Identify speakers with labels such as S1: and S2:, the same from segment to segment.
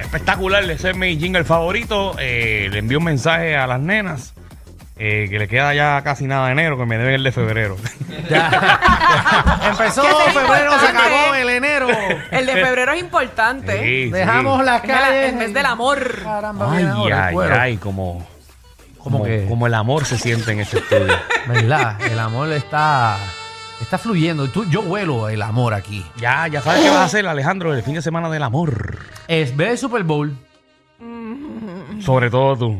S1: espectacular. Ese es mi jingle favorito. Eh, le envío un mensaje a las nenas. eh, que le queda ya casi nada de enero, que me deben el de febrero.
S2: Empezó
S3: ¿Qué te
S2: febrero, se
S3: importa,
S2: acabó
S3: eh?
S2: el enero.
S3: El de febrero es importante.
S1: Sí,
S2: Dejamos
S1: sí.
S2: las
S3: Es el-
S2: calles.
S3: el mes del amor.
S2: Caramba,
S1: Ay,
S2: mira ahora el
S1: ay,
S2: cuero.
S1: ay, como,
S2: ¿Cómo
S1: como,
S2: que?
S1: como el amor se siente en este estudio.
S2: ¿Verdad? El amor está, está fluyendo. Tú- yo huelo el amor aquí.
S1: ya, ya sabes qué vas a hacer, Alejandro, el fin de semana del amor.
S2: Es ver el Super Bowl.
S1: Sobre todo tú.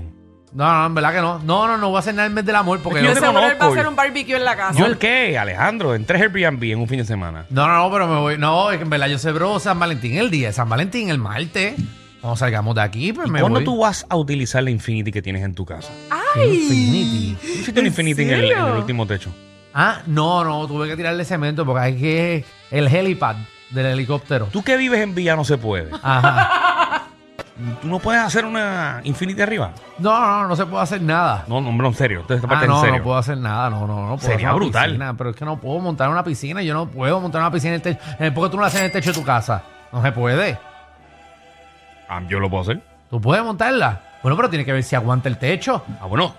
S2: No, no, en verdad que no. No, no, no voy a hacer nada el mes del amor porque
S1: Yo
S3: Yo
S1: te
S2: no.
S3: seguro él va a
S1: conozco.
S3: hacer un barbecue en la casa.
S1: ¿Yo el qué, Alejandro? En tres Airbnb en un fin de semana.
S2: No, no, no, pero me voy. No, es que en verdad yo celebro San Valentín el día de San Valentín, el martes. Cuando salgamos de aquí, pues me
S1: ¿Cuándo
S2: voy.
S1: tú vas a utilizar la Infinity que tienes en tu casa?
S3: ¡Ay!
S2: Infinity.
S1: ¿Tú hiciste una
S3: ¿En
S1: Infinity en el, en
S3: serio?
S1: el último techo?
S2: Ah, no, no, tuve que tirarle cemento porque hay que. El helipad del helicóptero.
S1: Tú que vives en Villa no se puede.
S2: Ajá.
S1: ¿Tú no puedes hacer una Infinity arriba?
S2: No, no, no se puede hacer nada.
S1: No, no, no, en serio. Esta
S2: Ah,
S1: parte en
S2: no,
S1: serio.
S2: no puedo hacer nada, no, no, no puedo
S1: Sería
S2: hacer una
S1: brutal.
S2: piscina, pero es que no puedo montar una piscina, yo no puedo montar una piscina en el techo. Eh, ¿Por qué tú no la haces en el techo de tu casa? No se puede.
S1: Ah, yo lo puedo hacer.
S2: ¿Tú puedes montarla? Bueno, pero tiene que ver si aguanta el techo.
S1: Ah, bueno.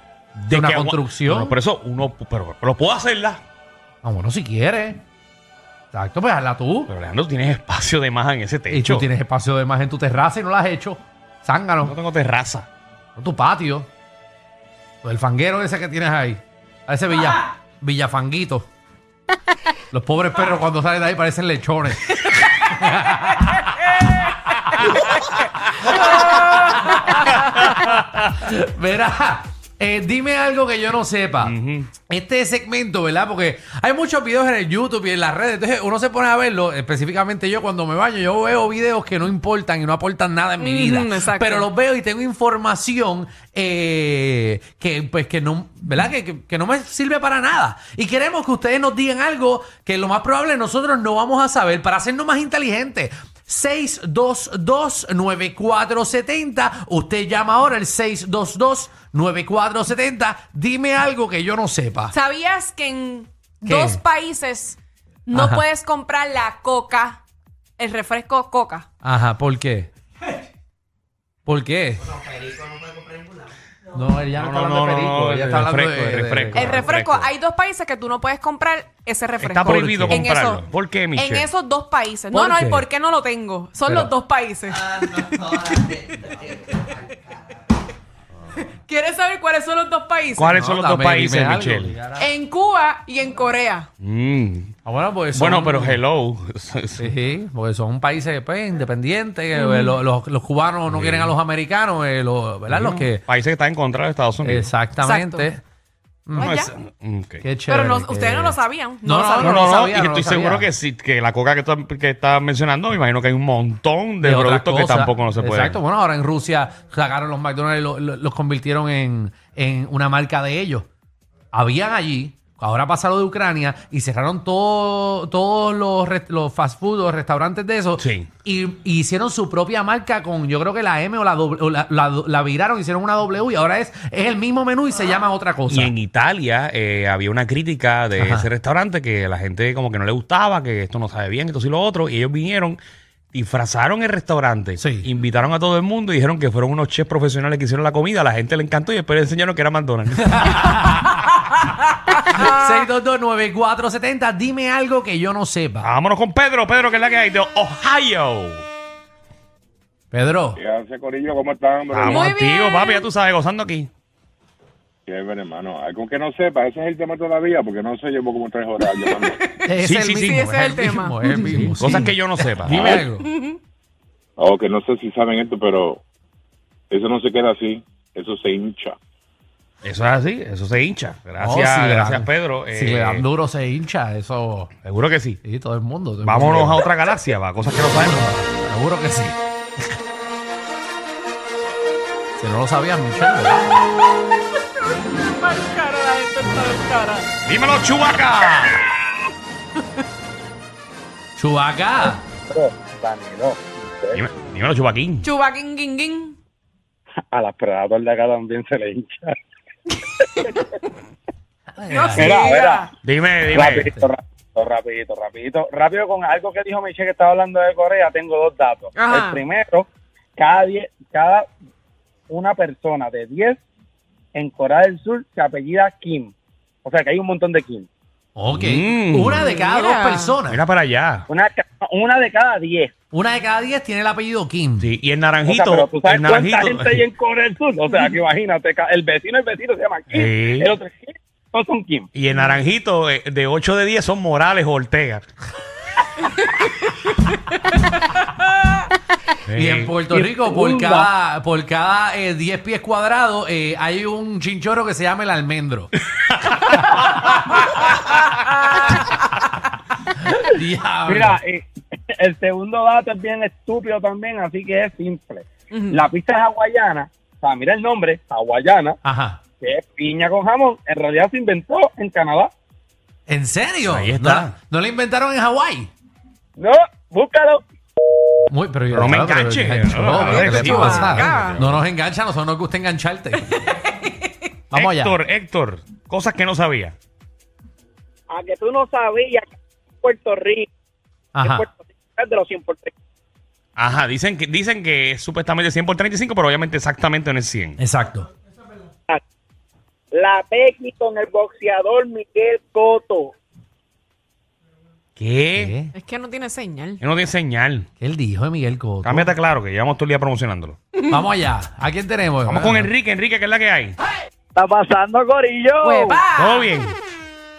S2: De una
S1: que agua-
S2: construcción.
S1: No, no, por eso uno. Pero, pero puedo hacerla.
S2: Ah, bueno, si quieres. Exacto, pues hazla tú.
S1: Pero Alejandro, tú tienes espacio de más en ese
S2: Y
S1: techo.
S2: tú tienes espacio de más en tu terraza y no la has hecho.
S1: No
S2: Zángano,
S1: tengo terraza.
S2: en tu patio. O el fanguero ese que tienes ahí. A ese villa, villafanguito. Los pobres perros cuando salen de ahí parecen lechones. Verá, eh, dime algo que yo no sepa.
S1: Ujú.
S2: Este segmento, ¿verdad? Porque hay muchos videos en el YouTube y en las redes. Entonces uno se pone a verlo, específicamente yo cuando me baño, yo veo videos que no importan y no aportan nada en mi
S3: Ujú,
S2: vida.
S3: exacto.
S2: Pero los veo y tengo información eh, que pues que no, ¿verdad? Que, que- que no me sirve para nada. Y queremos que ustedes nos digan algo que lo más probable nosotros no vamos a saber para hacernos más inteligentes. 622-9470. Usted llama ahora el 622-9470. Dime algo que yo no sepa.
S3: ¿Sabías que en
S2: ¿Qué?
S3: dos países no
S2: Ajá.
S3: puedes comprar la coca, el refresco coca?
S2: Ajá, ¿por qué? ¿Por qué? No, él ya no,
S1: No, no,
S2: está
S1: no,
S2: hablando de perico,
S1: no,
S2: ella
S1: de
S2: está hablando
S1: refresco, de
S2: de,
S1: refresco.
S3: El refresco,
S1: refresco.
S3: hay dos países que tú no puedes comprar ese refresco.
S1: Está prohibido
S2: qué?
S3: En eso-
S1: comprarlo. ¿Por qué, Michelle?
S3: En esos dos países.
S2: ¿Por
S3: No, no,
S2: qué?
S3: el por qué no lo tengo. Son
S2: Pero-
S3: los dos países. ¿Quieres saber cuáles son los dos países?
S1: ¿Cuáles
S2: No,
S1: son los dos
S2: dame, dime
S1: países,
S2: algo,
S1: Michelle?
S2: cara.
S3: En Cuba y en Corea.
S1: Mm.
S2: Ah, bueno, pues son-
S1: Bueno, pero hello.
S2: Sí, porque son países pues, independientes. que, eh, lo- los, los cubanos no quieren a los americanos, eh, los, ¿verdad? Los que.
S1: Países que están en contra de Estados Unidos.
S2: Exactamente.
S3: Exacto.
S1: No,
S3: Pues
S1: es- mm, ok.
S2: Qué chévere.
S3: Pero no-
S2: qué-
S3: ustedes no lo sabían.
S2: No, no,
S3: No, lo sabían.
S1: No,
S2: No
S1: no,
S2: lo
S1: no,
S2: sabía,
S1: y
S2: no
S1: que
S2: lo
S1: estoy
S2: sabía.
S1: seguro que sí, que la coca que, tú- que estás mencionando, me imagino que hay un montón de,
S2: de otras
S1: productos que
S2: cosas.
S1: tampoco no se pueden.
S2: Exacto. Bueno, ahora en Rusia sacaron los McDonald's y lo- lo- los, convirtieron en, en una marca de ellos. Habían allí, ahora pasa lo de Ucrania, y cerraron todo- todos los, rest- los fast food, los restaurantes de esos.
S1: Sí.
S2: Y, y hicieron su propia marca con, yo creo que la M o la, doble- o la, la- la viraron, hicieron una W y ahora es, es el mismo menú y se llama otra cosa.
S1: Y en Italia eh, había una crítica de
S2: Ajá.
S1: ese restaurante que la gente como que no le gustaba, que esto no sabe bien, esto sí lo otro, y ellos vinieron, disfrazaron el restaurante,
S2: Sí.
S1: invitaron a todo el mundo y dijeron que fueron unos chefs profesionales que hicieron la comida, a la gente le encantó y después le enseñaron que era McDonald's.
S2: 6229470, dime algo que yo no sepa.
S1: Vámonos con Pedro, Pedro, que es la que hay de Ohio.
S2: Pedro.
S4: ¿Qué hace, Corillo? ¿Cómo están, bro?
S1: Vamos
S3: Muy bien.
S1: contigo, papi, ya tú sabes, gozando aquí.
S4: Chévere, hermano. Algo que no sepa, ese es el tema todavía, porque no sé, llevo como tres horas llamando.
S2: Es
S1: Sí,
S2: el
S1: sí, sí.
S2: mismo,
S1: Sí,
S3: ese es el tema.
S2: mismo, es el mismo, sí.
S1: Cosas que yo no sepa.
S2: Dime algo.
S4: Oh, que no sé si saben esto, pero eso no se queda así. Eso se hincha.
S1: Eso es así, eso se hincha. Gracias,
S2: No, Oh, si le
S1: gracias,
S2: dan-
S1: Pedro.
S2: Si
S1: Eh,
S2: le dan duro se hincha, eso.
S1: Seguro que sí.
S2: Y todo el mundo. todo el
S1: Vámonos a
S2: mundo.
S1: otra galaxia, va, cosas que no sabemos.
S2: Seguro que sí. si no lo sabías, Michelle.
S3: Mal cara, la gente está mal cara.
S1: ¡Dímelo, Chubaca!
S2: Chubaca.
S5: Danilo,
S1: Dímelo, Chubaquín.
S3: Chubaquín, guin, guin.
S5: a las predadoras de acá también se le hincha.
S3: No
S2: Ay,
S5: Mira,
S3: siga.
S5: mira.
S1: Dime, dime.
S5: Rapidito, rapidito, rapidito, rapidito. Rápido con algo que dijo Michelle que estaba hablando de Corea, tengo dos datos.
S3: Ajá.
S5: El primero, Cada, die- cada una persona de 10 en Corea del Sur se apellida Kim. O sea que hay un montón de Kim.
S2: Ok.
S1: Mm.
S2: Una de cada
S3: Mira.
S2: dos personas.
S1: Mira para allá.
S5: Una, ca- una de cada 10.
S2: Una de cada diez tiene el apellido Kim.
S1: Sí, y el
S5: O sea,
S1: naranjito.
S5: pero tú sabes
S1: el
S5: cuánta
S1: naranjito.
S5: gente hay en Corea del Sur. O sea, que imagínate, ca- el vecino, el vecino se llama Kim.
S1: Sí.
S5: El otro es Kim. Todos son Kim.
S1: Y el naranjito eh, de 8 de 10 son Morales o Ortega. Sí.
S2: Y en Puerto
S5: Y
S2: Rico, por
S5: Pumba.
S2: cada, por cada eh, 10 pies cuadrados, eh, hay un chinchorro que se llama el almendro. Diablo.
S5: Mira, eh, el segundo dato es bien estúpido también, así que es simple. La pizza es hawaiana, o sea, mira el nombre, hawaiana,
S2: Ajá.
S5: que es piña con jamón, en realidad se inventó en Canadá.
S2: ¿En serio?
S1: Ahí
S2: ¿No,
S1: está.
S2: la- no la inventaron en Hawái?
S5: No, búscalo.
S2: Muy, pero yo-
S1: Pero no me
S2: Ah, pero-
S1: enganche.
S2: Ay,
S1: No,
S2: cholo,
S1: no,
S2: ¿qué
S1: no,
S2: le
S1: no,
S2: pasa?
S3: no.
S2: No nos engancha, a nosotros nos gusta engancharte. Vamos allá.
S1: Héctor, Héctor, cosas que no sabía.
S5: A que tú no sabías que Puerto Rico,
S2: Ajá.
S5: es de los 100 por 3.
S1: Ajá, dicen que, dicen que es supuestamente 100 por 35, pero obviamente exactamente no es
S2: Eh,
S1: 100.
S2: Exacto.
S5: La Becky con el boxeador Miguel Coto.
S1: ¿Qué?
S2: ¿Qué?
S3: Es que no tiene señal.
S1: Yo no tiene señal.
S2: ¿Qué él dijo de Miguel Coto?
S1: Cámbiate claro, que llevamos todo el día promocionándolo.
S2: Vamos allá. ¿A quién tenemos?
S1: Vamos con Enrique, Enrique, que es la que hay.
S2: Ah.
S5: Está pasando, Corillo.
S3: Oh. ¡Hueva!
S1: Todo bien.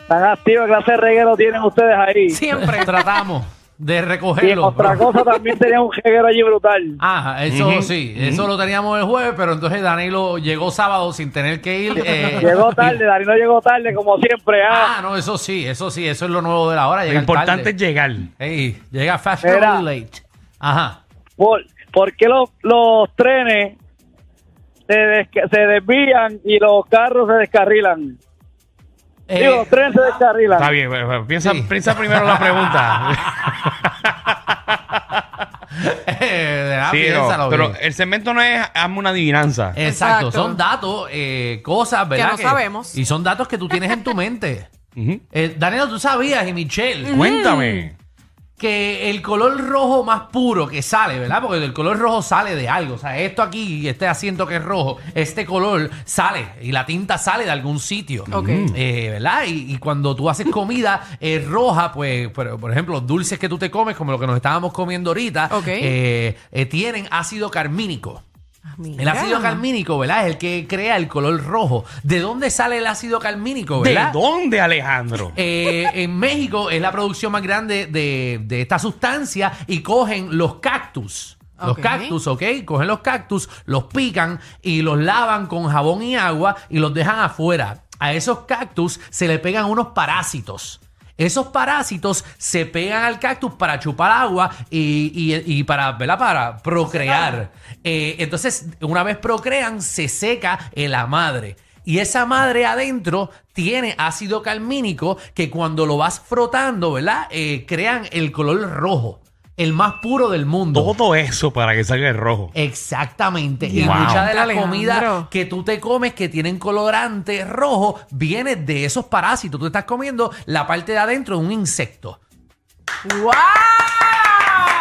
S5: Están activos, clase reguero tienen ustedes ahí.
S3: Siempre.
S2: Tratamos de
S5: Y en
S2: recogerlo.
S5: otra cosa también tenía un reguero allí brutal.
S2: Ah, eso
S1: Ujú,
S2: sí, eso lo teníamos el jueves, pero entonces Danilo llegó sábado sin tener que ir. eh,
S5: Llegó tarde, Darino llegó tarde, como siempre. Ah.
S2: Ah, no, eso sí, eso sí, eso es lo nuevo de la hora.
S1: Lo
S2: llegar
S1: importante
S2: tarde.
S1: es llegar.
S2: Ey, llega fast
S5: Mira.
S2: or late. Ajá.
S5: ¿Por, por qué los, los trenes se, desca- se desvían y los carros se descarrilan?
S2: Eh,
S5: Digo, los trenes se descarrilan.
S1: Está bien, eh, eh, piensa,
S2: Sí. Ah,
S1: piensa primero la pregunta.
S2: eh, de la
S1: Sí, no,
S2: piénsalo
S1: pero
S2: bien. Eh,
S1: el segmento no es hazme una adivinanza.
S2: Exacto,
S3: Exacto.
S2: son datos, eh, cosas, ¿verdad?
S3: no sabemos.
S2: Y son datos que tú tienes en tu mente.
S1: Ujú.
S2: Eh, Danilo, tú sabías, y Michelle,
S1: Cuéntame.
S2: que el color rojo más puro que sale, ¿verdad? Porque el color rojo sale de algo. O sea, esto aquí, este asiento que es rojo, este color sale y la tinta sale de algún sitio.
S3: Ok.
S2: Eh, ¿Verdad? Y, y cuando tú haces comida eh, roja, pues, por, por ejemplo, dulces que tú te comes, como lo que nos estábamos comiendo ahorita,
S3: Ok.
S2: eh, eh, tienen ácido carmínico.
S3: Ah, mira.
S2: El ácido carmínico, ¿verdad? Es el que crea el color rojo. ¿De dónde sale el ácido carmínico,
S1: ¿De
S2: verdad?
S1: dónde, Alejandro?
S2: Eh, en México es la producción más grande de, de esta sustancia y cogen los cactus. Los
S3: Ok.
S2: cactus, ¿ok? Cogen los cactus, los pican y los lavan con jabón y agua y los dejan afuera. A esos cactus se le pegan unos parásitos. Esos parásitos se pegan al cactus para chupar agua y, y- y para, ¿verdad? para procrear. Eh, entonces, una vez procrean, se seca en la madre. Y esa madre adentro tiene ácido calmínico que cuando lo vas frotando, ¿verdad? Eh, crean el color rojo, el más puro del mundo.
S1: Todo eso para que salga el rojo.
S2: Eh, Exactamente. Y
S1: Wow.
S2: mucha de la
S3: Alejandro.
S2: comida que tú te comes que tienen colorante rojo viene de esos parásitos. Tú estás comiendo la parte de adentro de un insecto.
S3: ¡Wow!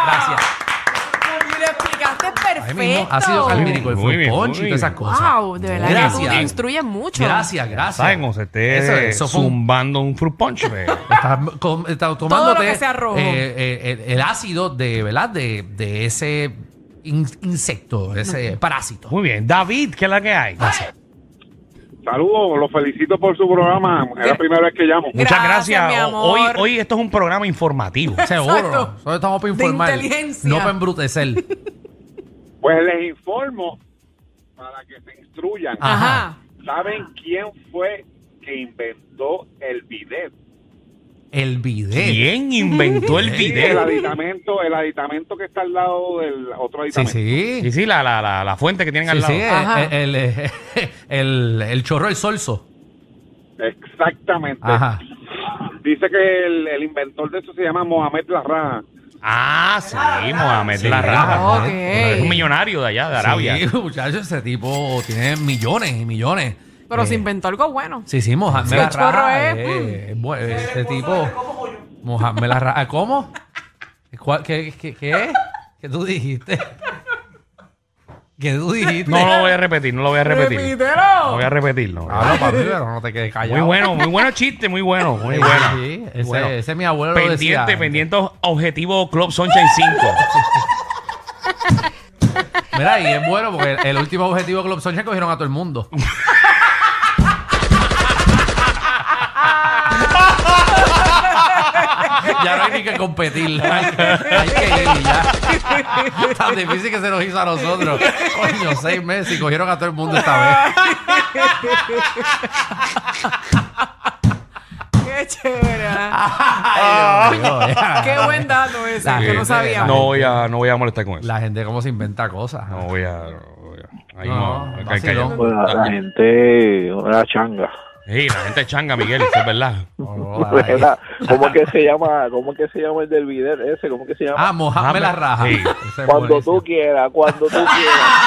S2: Gracias.
S3: Pues Lo explicaste
S2: Ahí mismo,
S3: Ah, perfecto.
S2: ácido calmínico, el
S1: Muy
S2: fruit
S1: bien,
S2: punch
S1: muy
S2: y todas esas
S1: bien.
S2: cosas.
S3: Wow, de verdad que tú
S2: Gracias.
S3: te instruyes mucho.
S2: Gracias, gracias.
S1: ¿Saben cómo se esté
S2: Eso, eso fue un-
S1: zumbando un fruit punch? eh.
S2: Estás com- estás tomándote
S3: Todo lo que sea rojo.
S2: eh, eh, el, el ácido de, ¿verdad? De, de ese in- insecto, ese parásito.
S1: Muy bien. David, ¿qué es la que hay?
S4: Saludos, los felicito por su programa. Es la primera vez que llamo.
S1: Muchas
S3: Gracias,
S1: gracias.
S3: mi
S1: O-
S3: amor.
S1: Hoy, hoy esto es un programa informativo.
S2: Seguro.
S3: Exacto.
S2: Solo estamos para informar.
S3: inteligencia.
S2: No para embrutecer.
S4: Pues les informo para que se instruyan.
S2: Ah.
S3: Ajá.
S4: ¿Saben quién fue que inventó el bidet?
S2: El bidet.
S1: ¿Quién inventó el
S4: Sí, El
S1: video?
S4: aditamento, el aditamento que está al lado del otro
S2: Sí,
S4: aditamento.
S2: sí.
S1: Sí, sí, la, la, la, la fuente que tienen
S2: Sí,
S1: al
S2: sí, Eh,
S1: lado.
S3: Ajá.
S2: el, el- el- el chorro, el solso.
S4: Exactamente.
S2: Ajá.
S4: Dice que el, el inventor de eso se llama Mohamed Larraja.
S1: Ah, sí, Mohamed
S2: Sí,
S1: la raja.
S2: Mohamed.
S3: Ok.
S1: Es un millonario de allá, de Arabia.
S2: Sí, muchachos, ese tipo tiene millones y millones.
S3: Pero
S2: Eh,
S3: se inventó algo bueno.
S2: Sí, sí, Mohamed
S3: Sí,
S2: la
S3: el chorro
S2: Raja,
S3: es, mm.
S2: eh, bueno, ese tipo. Mohamed la Raja. ¿Cómo? ¿Cuál- ¿Qué, qué, qué, ¿Qué tú dijiste? ¿Qué tú dijiste?
S1: No lo voy a repetir, no lo voy a repetir. No voy
S3: ¡Repítelo!
S1: a repetirlo.
S2: Ah, no, papi, pero no te quedes callado.
S1: Muy bueno, muy bueno chiste, muy bueno, muy
S2: Sí,
S1: bueno.
S2: sí,
S1: Muy
S2: ese,
S1: bueno.
S2: ese mi abuelo lo decía.
S1: Pendiente, pendiente objetivo Club Sunshine 5.
S2: Mira, y es bueno porque el, el último objetivo Club Sonia cogieron a todo el mundo. ya no hay ni que competir. Hay, que- hay que ir ya. Tan difícil que se nos hizo a nosotros. Coño, seis meses y cogieron a todo el mundo esta vez.
S3: ¡Qué chévere! ah.
S2: Ay, Dios mío, ya.
S3: ¡Qué buen dato ese!
S2: La
S3: Ah, que
S2: gente,
S3: no sabíamos.
S1: No voy a, no voy a molestar con eso.
S2: La gente cómo se inventa cosas.
S1: No voy a. no voy a- Ahí
S2: No,
S1: no. acá-
S2: vacilón.
S1: acá-
S4: Pues la, la gente, la changa.
S1: Sí, la gente es changa, Miguel, eso es verdad.
S2: No, no, ay.
S4: ¿Verdad? ¿Cómo es que se llama? ¿Cómo es que se llama el del video ese? ¿Cómo es que se llama?
S2: Ah, mojame la raja.
S1: Sí.
S2: Ese es
S5: pues,
S4: cuando
S2: buenísimo.
S4: tú quieras, cuando tú quieras.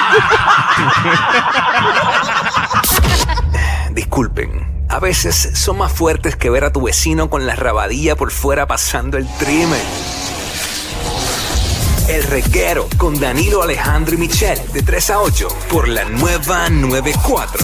S6: disculpen. A veces son más fuertes que ver a tu vecino con la rabadilla por fuera pasando el trimen. El reguero con Danilo Alejandro y Michel de 3 a 8 por la nueva 94.